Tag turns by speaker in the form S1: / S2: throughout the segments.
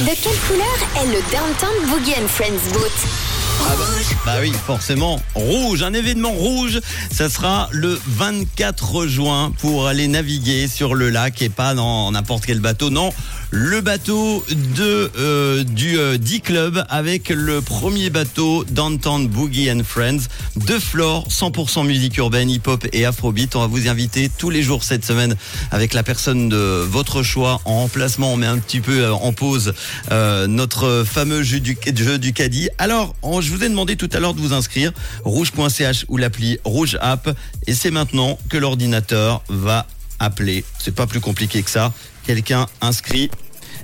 S1: De quelle couleur est le Downtown Boogie and Friends Boot
S2: Bah oui, forcément, rouge, un événement rouge. Ça sera le 24 juin pour aller naviguer sur le lac et pas dans n'importe quel bateau. Non, le bateau de euh, du euh, D-Club avec le premier bateau d'Entente Boogie and Friends de Flore, 100% musique urbaine, hip-hop et afrobeat. On va vous inviter tous les jours cette semaine avec la personne de votre choix en remplacement. On met un petit peu euh, en pause euh, notre fameux jeu du, jeu du caddie. Alors, on- je vous ai demandé tout à l'heure de vous inscrire rouge.ch ou l'appli Rouge App. Et c'est maintenant que l'ordinateur va appeler. C'est pas plus compliqué que ça. Quelqu'un inscrit.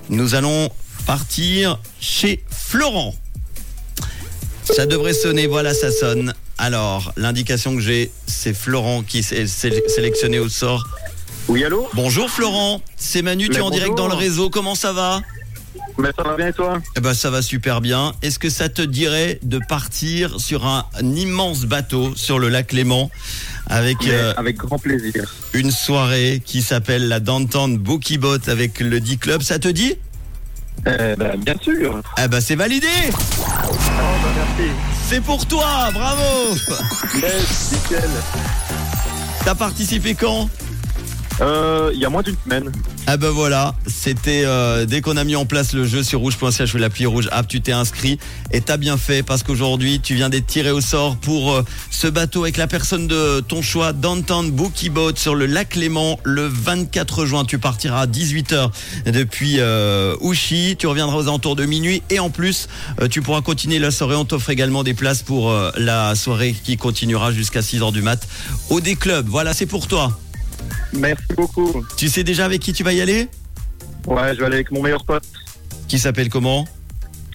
S2: Nous allons partir chez Florent. Ça devrait sonner, voilà, ça sonne. Alors, l'indication que j'ai, c'est Florent qui est sé- sélectionné au sort.
S3: Oui, allô
S2: Bonjour Florent, c'est Manu, tu es
S3: Mais
S2: en direct dans
S3: bonjour.
S2: le réseau, comment ça va
S3: Mais ça va bien et toi
S2: Eh ben ça va super bien. Est-ce que ça te dirait de partir sur un, immense bateau sur le lac Léman avec
S3: Mais
S2: euh,
S3: Avec grand plaisir.
S2: une soirée qui s'appelle la Downtown Bookie Boat avec le D-Club, ça te dit
S3: Eh ben, bien sûr.
S2: Eh ben c'est validé
S3: Merci.
S2: C'est pour toi, bravo
S3: Yes, nickel.
S2: T'as participé quand
S3: Euh, Il y a moins d'une semaine.
S2: Ah ben voilà, c'était euh, dès qu'on a mis en place le jeu sur rouge.ch ou l'appli rouge app, tu t'es inscrit et t'as bien fait parce qu'aujourd'hui tu viens d'être tiré au sort pour euh, ce bateau avec la personne de ton choix, Downtown Bookie Boat sur le lac Léman le 24 juin. Tu partiras à 18h depuis euh, Ouchy, tu reviendras aux alentours de minuit et en plus euh, tu pourras continuer la soirée. On t'offre également des places pour euh, la soirée qui continuera jusqu'à 6h du mat au des clubs. Voilà, c'est pour toi.
S3: Merci beaucoup.
S2: Tu sais déjà avec qui tu vas y aller
S3: Ouais, je vais aller avec mon meilleur pote.
S2: Qui s'appelle comment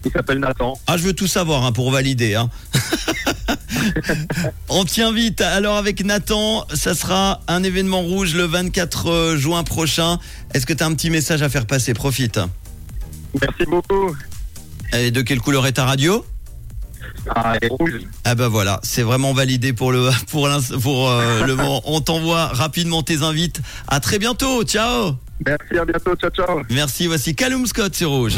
S3: Il s'appelle Nathan.
S2: Ah, je veux tout savoir hein, pour valider. Hein. On tient vite. Alors avec Nathan, ça sera un événement rouge le 24 juin prochain. Est-ce que tu as un petit message à faire passer Profite.
S3: Merci beaucoup.
S2: Et de quelle couleur est ta radio
S3: Ah, elle est rouge.
S2: Ah bah voilà, c'est vraiment validé pour le pour, l'ins- pour euh, le moment. On t'envoie rapidement tes invites. À très bientôt. Ciao.
S3: Merci, à bientôt. Ciao, ciao.
S2: Merci. Voici Callum Scott sur Rouge.